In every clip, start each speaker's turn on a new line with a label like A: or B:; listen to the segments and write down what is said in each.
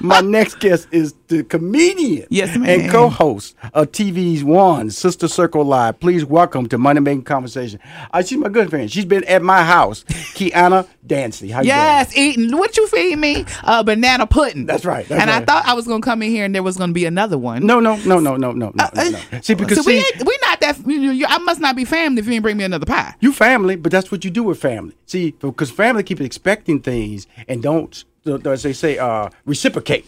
A: My next guest is the comedian
B: Yes,
A: and
B: ma'am.
A: co-host of TV's One Sister Circle Live. Please welcome to Money Making Conversation. Uh, she's my good friend. She's been at my house, Kiana Dancy. How you
B: Yes, eating. What you feed me? Uh, banana pudding.
A: That's right, that's
B: and I
A: right.
B: thought I was gonna come in here and there was gonna be another one.
A: doing? No, no, no, no, no, no, no, no. no. See, because
B: Uh, so
A: see,
B: we ain't- we not that. you- you- you- I must not be family if you ain't bring me another pie.
A: you family, but that's what you do with family. See, because family keep expecting things and don't, as they say, uh, reciprocate.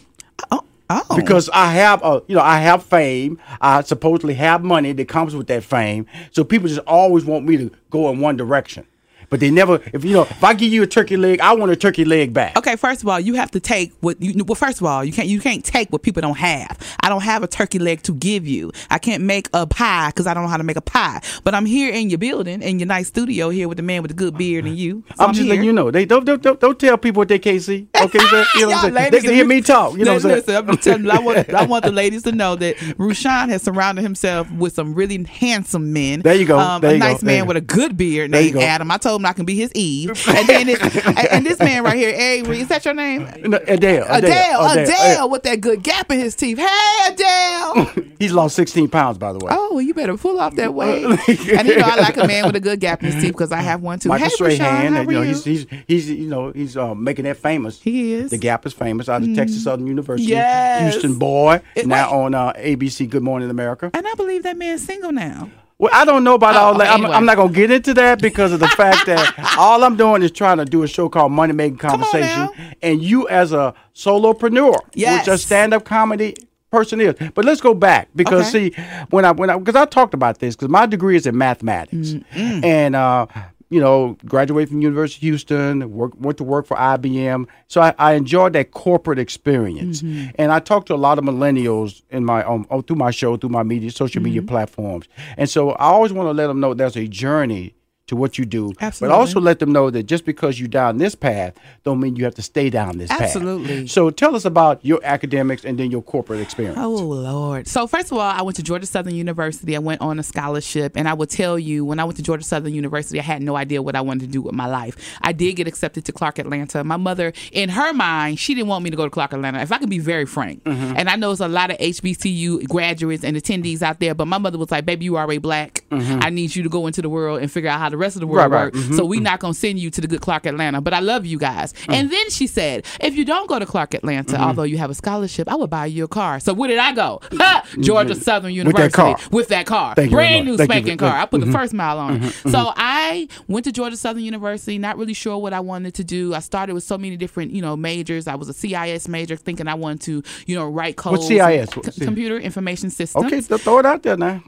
B: Oh, oh.
A: because I have a you know I have fame. I supposedly have money that comes with that fame. So people just always want me to go in one direction, but they never. If you know, if I give you a turkey leg, I want a turkey leg back.
B: Okay, first of all, you have to take what you well. First of all, you can't you can't take what people don't have. I don't have a turkey leg to give you. I can't make a pie because I don't know how to make a pie. But I'm here in your building in your nice studio here with the man with the good beard and you. So
A: I'm just letting you know. They don't, don't don't don't tell people what they can't see. Okay, so, you know what I'm
B: Y'all
A: saying? They
B: ladies,
A: can hear
B: you-
A: me talk. You know what I'm saying?
B: Listen, I'm just telling you, I want, I want the ladies to know that Rushan has surrounded himself with some really handsome men.
A: There you go.
B: Um,
A: There
B: a
A: you go.
B: nice
A: There you
B: man
A: go.
B: with a good beard
A: There you
B: named
A: go.
B: Adam. I told him I can be his Eve. And then it, and this man right here, Avery, is that your name?
A: No, Adele,
B: Adele, Adele,
A: Adele.
B: with that good gap in his teeth. Hey, Adele.
A: He's lost 16 pounds, by the way.
B: Oh, well, you better pull off that weight. and you know, I like a man with a good gap in his teeth because I have one too.
A: Michael
B: hey, Rashawn,
A: Strahan,
B: how are
A: you know,
B: you?
A: he's he's he's you know he's uh, making that famous.
B: He is.
A: The Gap is famous out of Texas Southern University.
B: Mm-hmm. Yes.
A: Houston boy,
B: It-
A: now
B: wait.
A: on uh, ABC Good Morning America.
B: and I believe that man's single now.
A: Well, I don't know about
B: Oh,
A: all that. I'm,
B: anyway.
A: I'm not gonna get into that because of the fact that all I'm doing is trying to do a show called Money Making
B: on now.
A: Conversation, and you as a solopreneur,
B: Yes.
A: which a stand-up comedy person is. But let's go back because
B: Okay.
A: see, when I when I because I talked about this because my degree is in mathematics,
B: Mm.
A: and uh, you know, graduated from University of Houston, work, went to work for IBM, so I, I enjoyed that corporate experience,
B: Mm-hmm.
A: and I talked to a lot of millennials in my um, oh, through my show, through my media, social media
B: Mm-hmm.
A: platforms, and so I always want to let them know there's a journey. To what you do,
B: Absolutely.
A: but also let them know that just because you're down this path, don't mean you have to stay down this path.
B: Absolutely.
A: So tell us about your academics and then your corporate experience.
B: Oh Lord! So first of all, I went to Georgia Southern University. I went on a scholarship, and I will tell you, when I went to Georgia Southern University, I had no idea what I wanted to do with my life. I did get accepted to Clark Atlanta. My mother, in her mind, she didn't want me to go to Clark Atlanta. If I can be very frank,
A: Mm-hmm.
B: and I know it's a lot of HBCU graduates and attendees out there, but my mother was like, "Baby, you are already black. I need you to go into the world and figure out how the rest of the world
A: Mm-hmm. Right, right.
B: works." So
A: Mm-hmm.
B: we're not gonna send you to the good Clark Atlanta, but I love you guys.
A: Mm.
B: And then she said, if you don't go to Clark Atlanta,
A: Mm-hmm.
B: although you have a scholarship, I would buy you a car. So where did I go? Ha! Georgia Southern University
A: Mm-hmm. car.
B: With that car.
A: Thank you very
B: brand
A: much.
B: new
A: Thank you
B: spanking
A: very- Mm-hmm.
B: car. I put the first mile on it. So I went to Georgia Southern University, not really sure what I wanted to do. I started with so many different, you know, majors. I was a CIS major, thinking I wanted to, you know, write codes.
A: CIS?
B: Co- computer Information Systems
A: Okay, th- throw it out there now.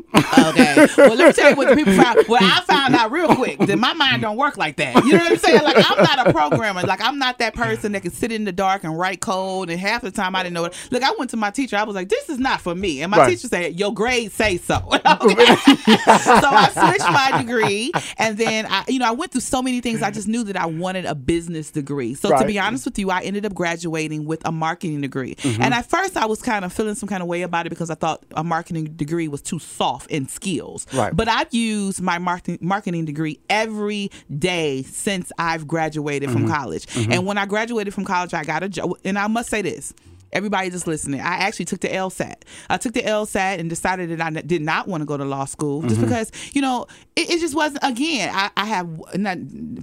B: okay. Well, let me me tell you what the people found. Well, I found out real quick that my mind don't work like that. You know what I'm saying? Like I'm not a programmer. Like I'm not that person that can sit in the dark and write code. And half the time I didn't know. What, look, I went to my teacher. I was like, this is not for me. And my
A: Right.
B: teacher said, your grades say so. Okay? so I switched my degree, and then I, you know, I went through so many things. I just knew that I wanted a business degree. So to
A: Right.
B: be honest with you, I ended up graduating with a marketing degree. And at first, I was kind of feeling some kind of way about it because I thought a marketing degree was too soft in skills.
A: Right.
B: But I've used my marketing marketing degree every day since I've graduated from college. And when I graduated from college, I got a job. And I must say this. Everybody just listening. I actually took the LSAT. I took the LSAT and decided that I n- did not want to go to law school just because, you know, it, it just wasn't. Again, I, I have not,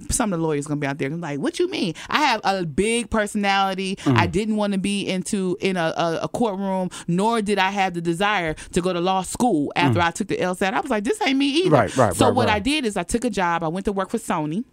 B: some of the lawyers gonna be out there and like, what you mean? I have a big personality. I
A: Mm.
B: didn't want to be into in a, a, a courtroom, nor did I have the desire to go to law school after I took the LSAT. I was like, this ain't me either.
A: Mm. Right, right,
B: So
A: right,
B: what
A: right.
B: I did is I took a job. I went to work for Sony.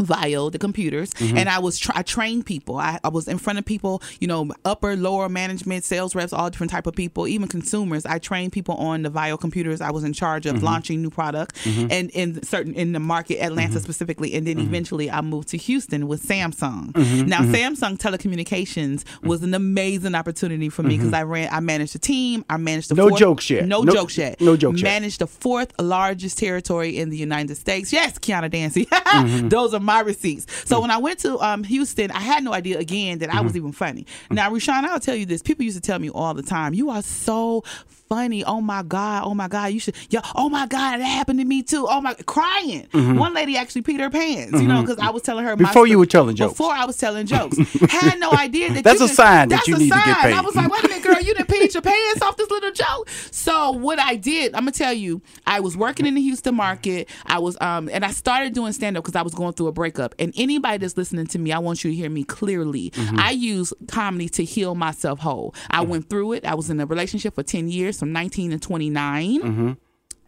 B: Via the computers,
A: Mm-hmm.
B: and I was tr- I trained people. I, I was in front of people, you know, upper, lower management, sales reps, all different type of people, even consumers. I trained people on the Vio computers. I was in charge
A: Mm-hmm.
B: of launching new products and in certain in the market,
A: Mm-hmm.
B: Atlanta specifically, and then eventually I moved to Houston with Samsung.
A: Mm-hmm.
B: Now Samsung telecommunications was an amazing opportunity for me because I ran, I managed a team, I managed the
A: Mm-hmm. No
B: fourth-
A: jokes yet.
B: no,
A: No-
B: jokes yet,
A: no jokes yet.
B: managed the fourth largest territory in the United States. Yes, Kiana Dancy.
A: Mm-hmm.
B: Those are my receipts. So
A: Mm.
B: when I went to um, Houston, I had no idea again that I
A: Mm-hmm.
B: was even funny. Now, Rashawn, I'll tell you this. People used to tell me all the time, you are so funny. Oh my God. Oh my God. You should, yeah. Oh my God. That happened to me too. Oh my, crying. One lady actually peed her pants, you know, because I was telling her my
A: Mm-hmm. Before you
B: sto-
A: were telling jokes.
B: Before I was telling jokes. had no idea that
A: That's
B: you
A: a
B: could-
A: sign that
B: that's
A: you
B: a
A: need to
B: sign.
A: get
B: I
A: paid.
B: was like, wait a minute, girl, you didn't peed your pants off this little joke. So what I did, I'm gonna tell you, I was working in the Houston market. I was um and I started doing stand up because I was going through a breakup. And anybody that's listening to me, I want you to hear me clearly.
A: Mm-hmm.
B: I use comedy to heal myself whole. I went through it. I was in a relationship for 10 years, from 19 to 29.
A: Mm-hmm.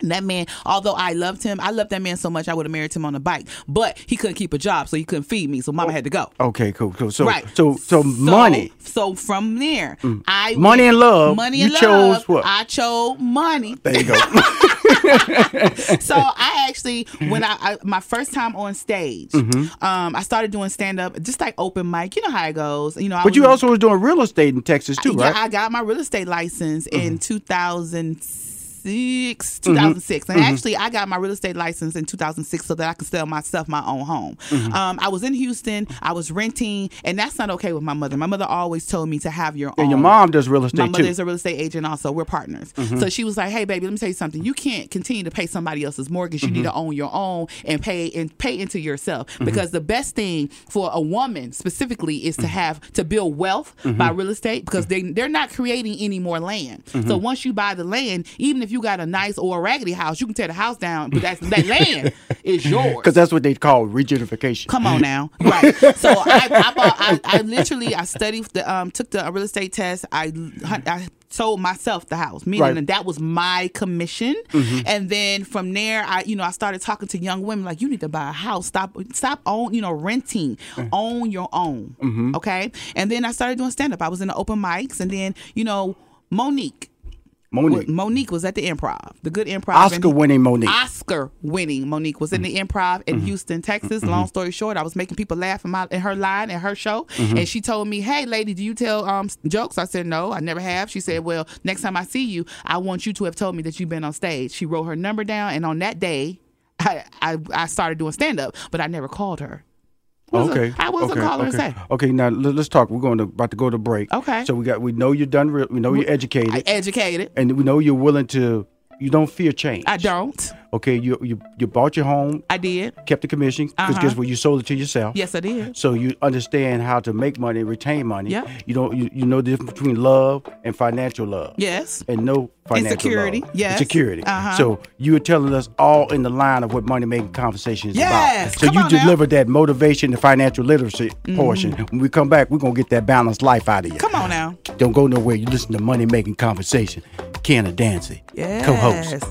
B: And that man, although I loved him, I loved that man so much I would have married him on a bike. But he couldn't keep a job, so he couldn't feed me. So mama
A: Oh,
B: had to go.
A: Okay, cool, cool. So,
B: Right.
A: so, so, money. Mm.
B: So from there, I
A: Money and love,
B: Money
A: you
B: and love.
A: chose what?
B: I chose money.
A: There you go.
B: so I actually, when I, I my first time on stage,
A: Mm-hmm.
B: um, I started doing stand up, just like open mic. You know how it goes. You know, I
A: but
B: was
A: you
B: in-
A: also was doing real estate in Texas too,
B: yeah,
A: right? Mm-hmm.
B: I got my real estate license in 2006, 2006.
A: Mm-hmm.
B: And actually, I got my real estate license in 2006 so that I could sell myself my own home.
A: Mm-hmm.
B: Um, I was in Houston, I was renting, and that's not okay with my mother. My mother always told me to have your own.
A: and your mom does real
B: My
A: estate
B: mother
A: too.
B: is a real estate agent, also. We're partners. So she was like, "Hey, baby, let me tell you something. You can't continue to pay somebody else's mortgage. You need to own your own and pay and pay into yourself. Because the best thing for a woman specifically is to have to build wealth by real estate because they they're not creating any more land. So once you buy the land, even if you got a nice or a raggedy house, you can tear the house down, but that's, that land is yours.
A: Because that's what they call regentrification.
B: Come on now, right? So I, I, bought, I, I literally I studied the um took the real estate test. I I sold myself the house, meaning
A: Right. Mm-hmm.
B: that that was my commission. And then from there, I you know I started talking to young women like you need to buy a house. Stop stop own you know renting,
A: Mm.
B: own your own.
A: Mm-hmm.
B: Okay. And then I started doing stand up. I was in the open mics, and then you know Monique.
A: Monique,
B: Monique was at the improv, the good improv. and-
A: Oscar winning Monique.
B: Oscar winning Monique was in the
A: Mm-hmm.
B: improv in Houston, Texas. Long story short, I was making people laugh in, my, in her line and her show.
A: Mm-hmm.
B: And she told me, Hey, lady, do you tell um, s- jokes? I said, No, I never have. She said, Well, next time I see you, I want you to have told me that you've been on stage. She wrote her number down. And on that day, I, I, I started doing stand up, but I never called her. Wasn't-
A: okay.
B: I wasn't
A: okay,
B: calling
A: okay.
B: to say.
A: Okay, now let, us talk. We're going to about to go to break.
B: Okay.
A: So we got we know you're done. Real, we know you're educated,
B: I educated.
A: and we know you're willing to. You don't fear change.
B: I don't.
A: Okay. You you you bought your home,
B: I did.
A: kept the commission because
B: Uh-huh.
A: guess what? You sold it to yourself.
B: Yes, I did.
A: So you understand how to make money, retain money.
B: Yep.
A: You don't. You, you know the difference between love and financial love.
B: Yes.
A: and no financial
B: Insecurity,
A: love.
B: yes.
A: Insecurity.
B: Uh-huh.
A: So you were telling us all in the line of what money making conversation is
B: Yes,
A: about. So
B: come
A: you
B: on now. Mm-hmm.
A: delivered that motivation and financial literacy portion. When we come back, we're gonna get that balanced life out of you.
B: Come on now.
A: Don't go nowhere. You listen to money making conversation. Kenna Dancy,
B: Yes.
A: co-host.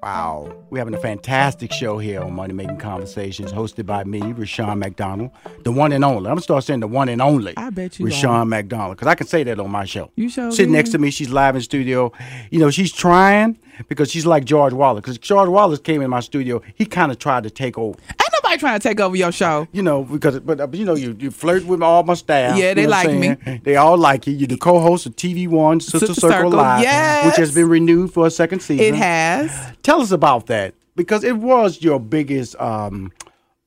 A: Wow. We're having a fantastic show here on Money Making Conversations, hosted by me, Rashawn McDonald, the one and only. I'm gonna start saying the one and only.
B: I bet you
A: Rashawn McDonald, because I can say that on my show.
B: You sure
A: Sitting next
B: can.
A: to me, she's live in studio. You know, she's trying because she's like George Wallace. Because George Wallace came in my studio, he kind of tried to take over.
B: Ain't nobody trying to take over your show.
A: You know, because but uh, you know, you, you flirt with all my staff.
B: Yeah, they
A: you know what
B: like
A: I'm
B: me.
A: saying? They all like you. You're the co-host of TV One Sister,
B: Sister
A: Circle,
B: Circle,
A: Live, which has
B: yes.
A: been renewed for a second season.
B: It has.
A: Tell us about that because it was your biggest um,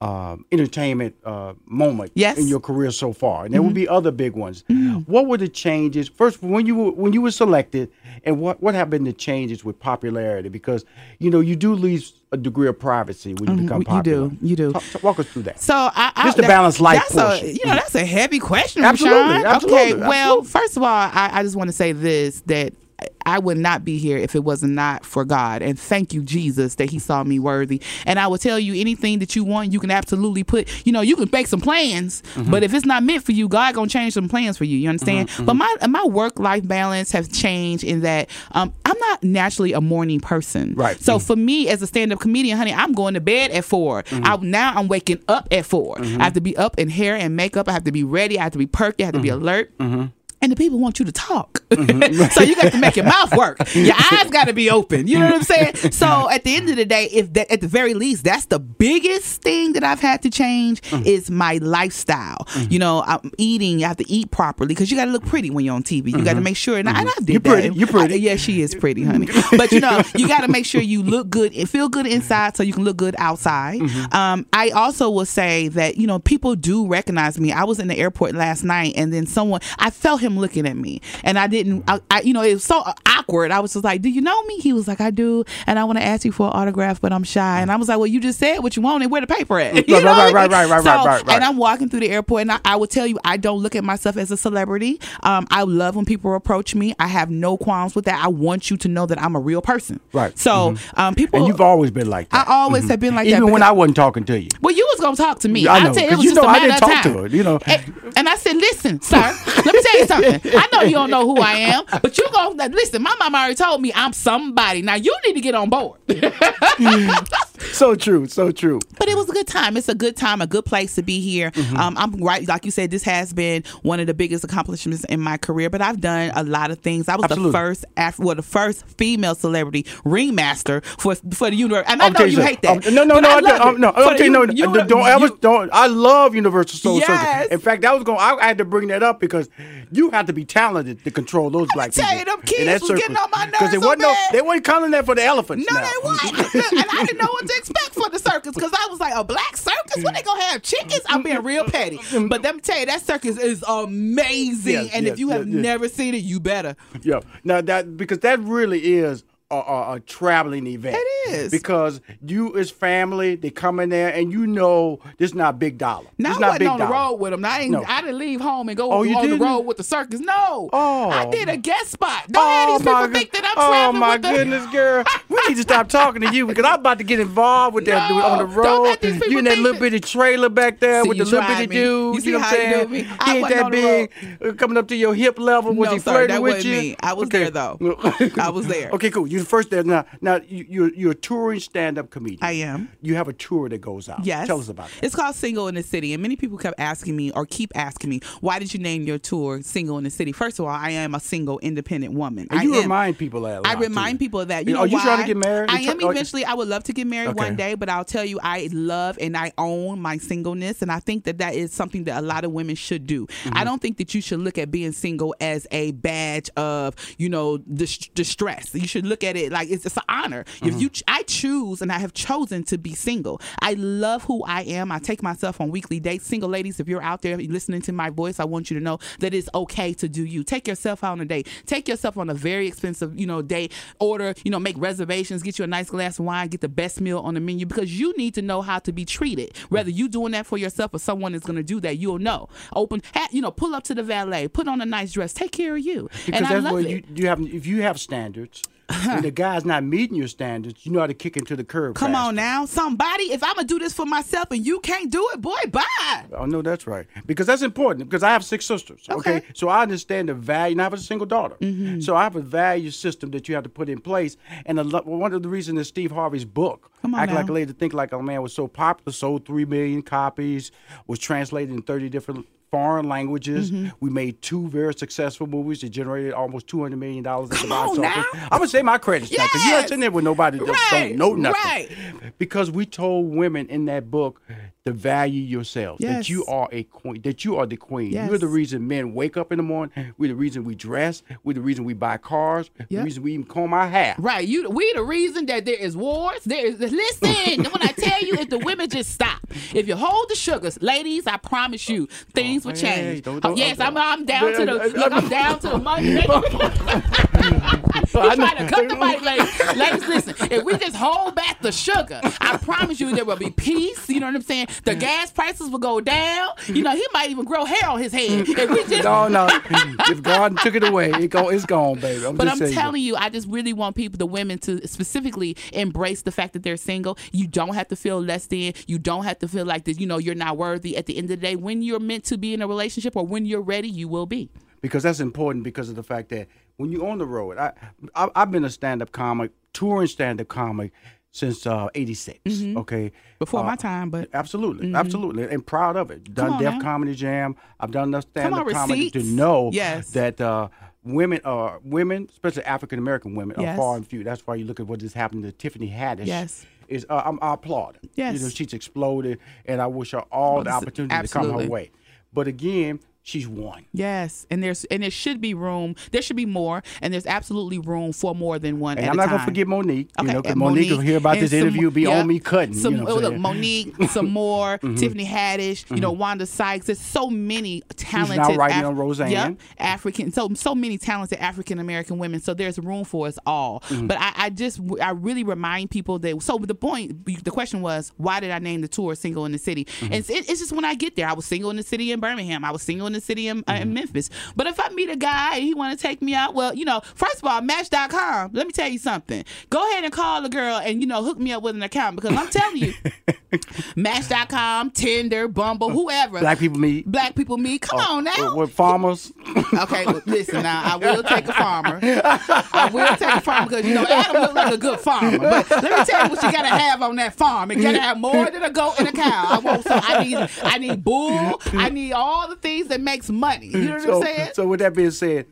A: um entertainment uh, moment
B: Yes. Mm-hmm.
A: in your career so far, and there will be other big ones. What were the changes first when you were, when you were selected, and what what have been the changes with popularity? Because you know you do leave a degree of privacy when you become
B: Mm-hmm. you do,
A: popular.
B: you do.
A: Talk, talk- walk us through that.
B: So I, I
A: Just to balance life
B: That's
A: portion.
B: a you know that's a heavy question.
A: Absolutely,
B: Rashawn.
A: absolutely,
B: Okay. Well,
A: absolutely.
B: first of all, I, I just want to say this that. I- I would not be here if it was not for God. And thank you, Jesus, that He saw me worthy. And I will tell you anything that you want, you can absolutely put, you know, you can make some plans,
A: Mm-hmm.
B: but if it's not meant for you, God going to change some plans for you. You understand? But my
A: mm-hmm.
B: my work life balance has changed in that um, I'm not naturally a morning person.
A: Right.
B: So for me as a stand-up comedian, honey, I'm going to bed at 4
A: Mm-hmm.
B: I, now I'm waking up at 4 I have to be up in hair and makeup. I have to be ready. I have to be perky. I have to be
A: Mm-hmm.
B: alert. And the people want you to talk. so you got to make your mouth work. Your eyes got to be open. You know what I'm saying? So at the end of the day, if that at the very least, that's the biggest thing that I've had to change
A: Mm-hmm.
B: is my lifestyle. You know, I'm eating. I have to eat properly because you got to look pretty when you're on TV. You got to make sure. And, I, and I did
A: You're Mm-hmm. pretty.
B: that.
A: You're pretty.
B: I- yeah, she is pretty, honey. But you know, you got to make sure you look good and feel good inside, so you can look good outside.
A: Mm-hmm.
B: Um, I also will say that you know people do recognize me. I was in the airport last night, and then someone I felt him looking at me, and I didn't. I, I you know it was so awkward. I was just like, "Do you know me?" He was like, "I do," and I want to ask you for an autograph, but I'm shy. And I was like, "Well, you just said what you wanted. Where the paper at?" You
A: Right,
B: know
A: right,
B: what I
A: right, right,
B: mean?
A: right, right, right, right.
B: And I'm walking through the airport, and I, I will tell you, I don't look at myself as a celebrity. Um, I love when people approach me. I have no qualms with that. I want you to know that I'm a real person.
A: Right. Mm-hmm.
B: So um, people,
A: and you've always been like
B: I
A: that.
B: always have been like
A: Even
B: that.
A: when
B: because-
A: I wasn't talking to you.
B: well, you was gonna talk to me.
A: Yeah, I know,
B: tell you, it
A: 'cause
B: was
A: you
B: just
A: know
B: a
A: I
B: matter
A: didn't
B: of
A: talk to
B: time.
A: her, you know.
B: And, and I said, "Listen, sir, let me tell you something. I know you don't know who I am, but you gonna listen. My mama already told me I'm somebody. Now you need to get on board."
A: So true, so true.
B: But it was a good time. It's a good time, a good place to be here.
A: Mm-hmm.
B: Um, I'm right, like you said, this has been one of the biggest accomplishments in my career. But I've done a lot of things. I was
A: Absolutely.
B: the first, Af- well, the first female celebrity ringmaster for for the universe. And i
A: I'm
B: know
A: telling
B: you
A: something.
B: hate that.
A: I'm- no, no,
B: but
A: no,
B: I
A: I
B: love
A: don't- I'm-
B: it.
A: no,
B: For
A: I'm
B: the
A: telling you,
B: uni-
A: no,
B: uni-
A: don't ever,
B: you-
A: don't. I love Universal Soul
B: Yes.
A: Circle. In fact, that was going. I, I had to bring that up because you had to be talented to control those black
B: tell
A: people.
B: you, them kids was getting on my
A: because
B: nerves
A: they
B: so
A: wasn't. no-
B: bad.
A: they wasn't calling that for the elephants.
B: No,
A: now.
B: they wasn't. Look, and I didn't know what to expect for the circus because I was like, a black circus? When they gonna have chickens? I'm being real petty. But let me tell you, that circus is amazing.
A: Yes,
B: and
A: yes,
B: if you have
A: yes, yes.
B: never seen it, you better.
A: Yeah. Now that because that really is a, a, a traveling event.
B: It is.
A: because you is family. They come in there and you know this not big dollar.
B: Now
A: this
B: I
A: not
B: wasn't
A: big
B: on the
A: dollar.
B: road with them. I ain't.
A: No.
B: I didn't leave home and go
A: Oh,
B: on
A: you
B: the
A: didn't?
B: road with the circus. No.
A: Oh.
B: I did a guest spot. Don't have these people
A: go-
B: think that I'm
A: oh
B: traveling
A: my
B: with the-
A: goodness, girl. We need to stop talking to you because I'm about to get involved with that
B: No,
A: dude on the
B: don't
A: road.
B: let these people
A: You in that
B: think
A: little
B: that-
A: bitty trailer back there
B: See,
A: with
B: you
A: the little
B: tried
A: bitty
B: me.
A: dude.
B: You see
A: know what I'm
B: how you
A: saying?
B: do me?
A: He
B: I
A: ain't
B: wasn't
A: that
B: on the
A: big. uh, Coming up to your hip level. Was
B: No,
A: he
B: sir,
A: flirting
B: that
A: with
B: wasn't
A: you?
B: me. I was there, though. I was there.
A: Okay, cool. You're the first there now. Now you- you're you're a touring stand-up comedian.
B: I am.
A: You have a tour that goes out.
B: Yes.
A: Tell us about it.
B: It's called Single in the City. And many people kept asking me or keep asking me, why did you name your tour Single in the City? First of all, I am a single independent woman.
A: And
B: I
A: you
B: am.
A: remind people of that. a
B: I
A: lot, too.
B: remind people of that. You
A: Are
B: know
A: you trying to
B: why?
A: get married?
B: I
A: You
B: am
A: try- are-
B: eventually. I would love to get married
A: Okay.
B: one day, but I'll tell you, I love and I own my singleness, and I think that that is something that a lot of women should do.
A: Mm-hmm.
B: I don't think that you should look at being single as a badge of you know dis- distress. You should look at it like it's, it's an honor.
A: Mm-hmm.
B: If you, ch- I choose and I have chosen to be single. I love who I am. I take myself on weekly dates. Single ladies, if you're out there listening to my voice, I want you to know that it's okay to do you. Take yourself out on a date. Take yourself on a very expensive, you know, date. Order, you know, make reservations. Get you a nice glass of wine. Get the best meal on the menu because you need to know how to be treated. Whether you doing that for yourself or someone is going to do that, you'll know. Open, ha- you know, pull up to the valet. Put on a nice dress. Take care of you.
A: Because
B: and I
A: that's
B: love
A: where
B: it.
A: you, you have if you have standards, When the guy's not meeting your standards, you know how to kick him to the curb.
B: Come
A: faster.
B: on now, somebody. If I'm gonna do this for myself and you can't do it, boy, bye.
A: I know Oh, that's right because that's important because I have six sisters. Okay,
B: Okay. Mm-hmm.
A: so I understand the value. And I have a single daughter, so I have a value system that you have to put in place. And a lot, well, one of the reasons that Steve Harvey's book,
B: Come on
A: "Act
B: now.
A: Like a Lady, Think Like a Man," was so popular, sold three million copies, was translated in thirty different foreign languages.
B: Mm-hmm.
A: We made two very successful movies that generated almost two hundred million dollars at the
B: Come
A: box
B: on
A: office.
B: now.
A: I'm gonna say my credits now because you're
B: Yes.
A: sitting there with nobody that
B: Right,
A: don't know nothing
B: right.
A: because we told women in that book to value yourself
B: Yes.
A: that you are a queen that you are the queen you're
B: Yes.
A: the reason men wake up in the morning we're the reason we dress we're the reason we buy cars the
B: Yep.
A: reason we even comb our hair
B: Right, you. We the reason that there is wars. There is listen. when I tell you, if the women just stop, if you hold the sugars, ladies, I promise you, things will
A: Hey, hey,
B: change.
A: don't- don't-
B: oh, yes, I'm,
A: don't-
B: I'm down to the.
A: Hey, hey,
B: Look, I'm down to the money.
A: I
B: He's
A: know-
B: trying to cut the mic, ladies. ladies, listen. If we just hold back the sugar, I promise you there will be peace. You know what I'm saying? The gas prices will go down. You know, he might even grow hair on his head. If we just
A: no no if god took it away it go, it's gone baby i'm
B: But
A: just
B: I'm
A: saying
B: telling you, I just really want people, the women, to specifically embrace the fact that they're single. You don't have to feel less than. You don't have to feel like that. You know, you're not worthy. At the end of the day, when you're meant to be in a relationship or when you're ready, you will be.
A: because that's important because of the fact that when you're on the road, I, I I've been a stand-up comic, touring stand-up comic since uh, '86.
B: Mm-hmm.
A: Okay,
B: Before
A: Uh,
B: my time, but
A: absolutely, absolutely, and proud of it. Done
B: Mm-hmm. on
A: Def
B: now.
A: Comedy Jam. I've done enough stand-up
B: on,
A: comedy to
B: receipts.
A: know
B: Yes.
A: that uh, women are women, especially African American women, are
B: Yes.
A: far and few. That's why you look at what has happened to Tiffany Haddish.
B: Yes.
A: Is uh, I'm, I applaud. her.
B: Yes.
A: you know she's exploded, and I wish her all the
B: this-
A: opportunity to come
B: absolutely.
A: her way. But again, she's one.
B: yes, and there's and there should be room. There should be more, and there's absolutely room for more than one.
A: And
B: at
A: I'm
B: a
A: not
B: time.
A: gonna forget Monique.
B: Okay,
A: you know, 'cause
B: and
A: Monique, will hear about
B: and
A: this
B: some-
A: interview, be
B: yeah,
A: on me cutting.
B: Some, oh,
A: you know what I'm
B: look,
A: saying?
B: Monique, some more,
A: Mm-hmm.
B: Tiffany Haddish, you know, Wanda Sykes. There's so many talented.
A: writing on Roseanne.
B: Yep, African. So so many talented African American women. So there's room for us all.
A: Mm-hmm.
B: But I, I just I really remind people that. So the point, the question was, why did I name the tour "Single in the City"?
A: Mm-hmm.
B: And it's, it's just when I get there, I was single in the city in Birmingham. I was single in the city in, uh,
A: Mm-hmm.
B: in Memphis. But if I meet a guy and he want to take me out, well, you know, first of all, Match.com. Let me tell you something. Go ahead and call a girl and you know hook me up with an account because I'm telling you, Match.com, Tinder, Bumble, whoever.
A: Black Oh, people meet.
B: Black people meet. Come on now.
A: We're, we're farmers.
B: Okay, well, listen now. I will take a farmer. I will take a farmer because you know Adam looked like a good farmer. But let me tell you what you gotta have on that farm. It gotta have more than a goat and a cow. I want some. I need. I need bull. I need all the things that makes money. You know what
A: so,
B: I'm saying?
A: so with that being said,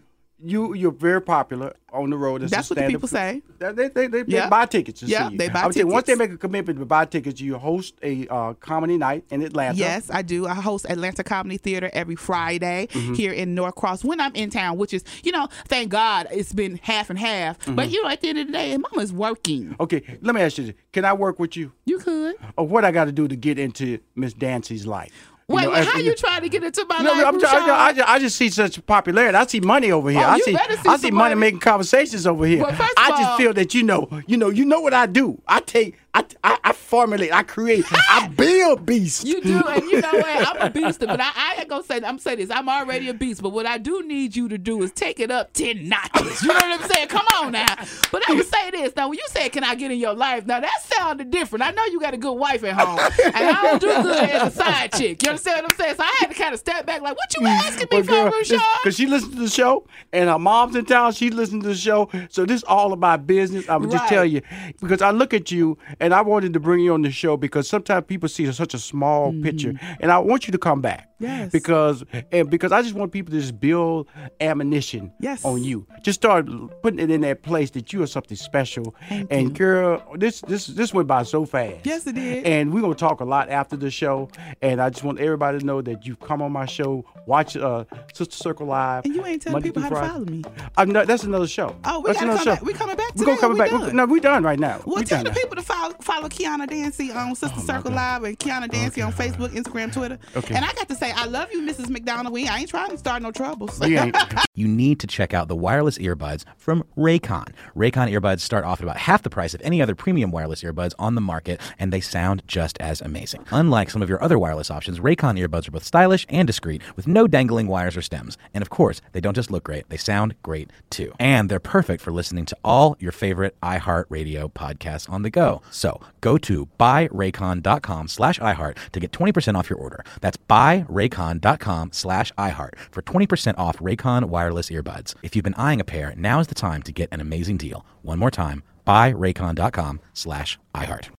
A: you you're very popular on the road. as a
B: That's what the
A: stand-up-
B: people say.
A: They they, they, they
B: Yeah.
A: buy tickets to
B: Yeah,
A: see you.
B: they buy
A: I would say once they
B: tickets.
A: make a commitment to buy tickets, you host a uh, comedy night in Atlanta.
B: Yes, I do. I host Atlanta Comedy Theater every Friday
A: Mm-hmm.
B: here in Norcross when I'm in town, which is, you know, thank God it's been half and half.
A: Mm-hmm.
B: But you know, at the end of the day, Mama's working.
A: Okay, let me ask you: this. Can I work with you,
B: You could.
A: or what I got to do to get into Miss Dancy's life? You
B: Wait,
A: know,
B: wait,
A: as-
B: how you trying to get into my
A: No,
B: life?
A: no, I'm, ju- I, ju-
B: Rashawn?
A: I, ju- I just see such popularity. I see money over here.
B: Oh,
A: I
B: you
A: see,
B: better see
A: I see money
B: somebody-
A: making conversations over here.
B: Well, first
A: I
B: of
A: just
B: all-
A: feel that you know, you know, you know what I do. I take, I, I, I formulate, I create, I build beasts.
B: You do, and you know what? I'm a beast, but I, I ain't gonna say. I'm saying this. I'm already a beast, but what I do need you to do is take it up ten notches. You know what I'm saying? Come on now. But I would say this. Now, when you said, "Can I get in your life?" Now that sounded different. I know you got a good wife at home, and I don't do good as a side chick. You understand what I'm saying? So I had to kind of step back, like, "What you
A: Mm.
B: asking me for, Rashawn?"
A: because she listens to the show, and her mom's in town. She listens to the show, so this all about business. I'm just
B: Right.
A: tell you because I look at you, and I wanted to bring you on the show because sometimes people see such a small picture, and I want you to come back.
B: Mm. Yes.
A: Because and because I just want people to just build ammunition
B: Yes.
A: on you. Just start putting it in that place that you are something special. and girl, this this this went by so fast.
B: Yes, it did.
A: And we're gonna talk a lot after the show. And I just want everybody to know that you've come on my show. Watch uh, Sister Circle Live.
B: And you ain't telling
A: Monday
B: people
A: through
B: how to
A: Friday.
B: follow me.
A: I'm not, that's another show.
B: Oh, we
A: that's
B: gotta
A: another
B: come
A: show.
B: back- we coming back
A: We're gonna
B: today?
A: come
B: We
A: back.
B: done.
A: no, we done right now.
B: Well,
A: we Oh,
B: tell
A: done
B: the
A: now.
B: people to follow, follow Kiana Dancy on Sister Circle Live and Kiana Dancy on Facebook, Instagram, Twitter. And I got to say, like, I love you, Mrs. McDonald. We I ain't trying to start no troubles.
A: We ain't.
C: you need to check out the wireless earbuds from Raycon. Raycon earbuds start off at about half the price of any other premium wireless earbuds on the market, and they sound just as amazing. Unlike some of your other wireless options, Raycon earbuds are both stylish and discreet, with no dangling wires or stems. And of course, they don't just look great, they sound great too. And they're perfect for listening to all your favorite iHeartRadio podcasts on the go. So go to buyraycon.com slash iHeart to get 20% off your order. That's buyraycon.com slash iHeart for 20% off Raycon wireless earbuds. If you've been eyeing a pair, now is the time to get an amazing deal. One more time, buyraycon.com slash iHeart.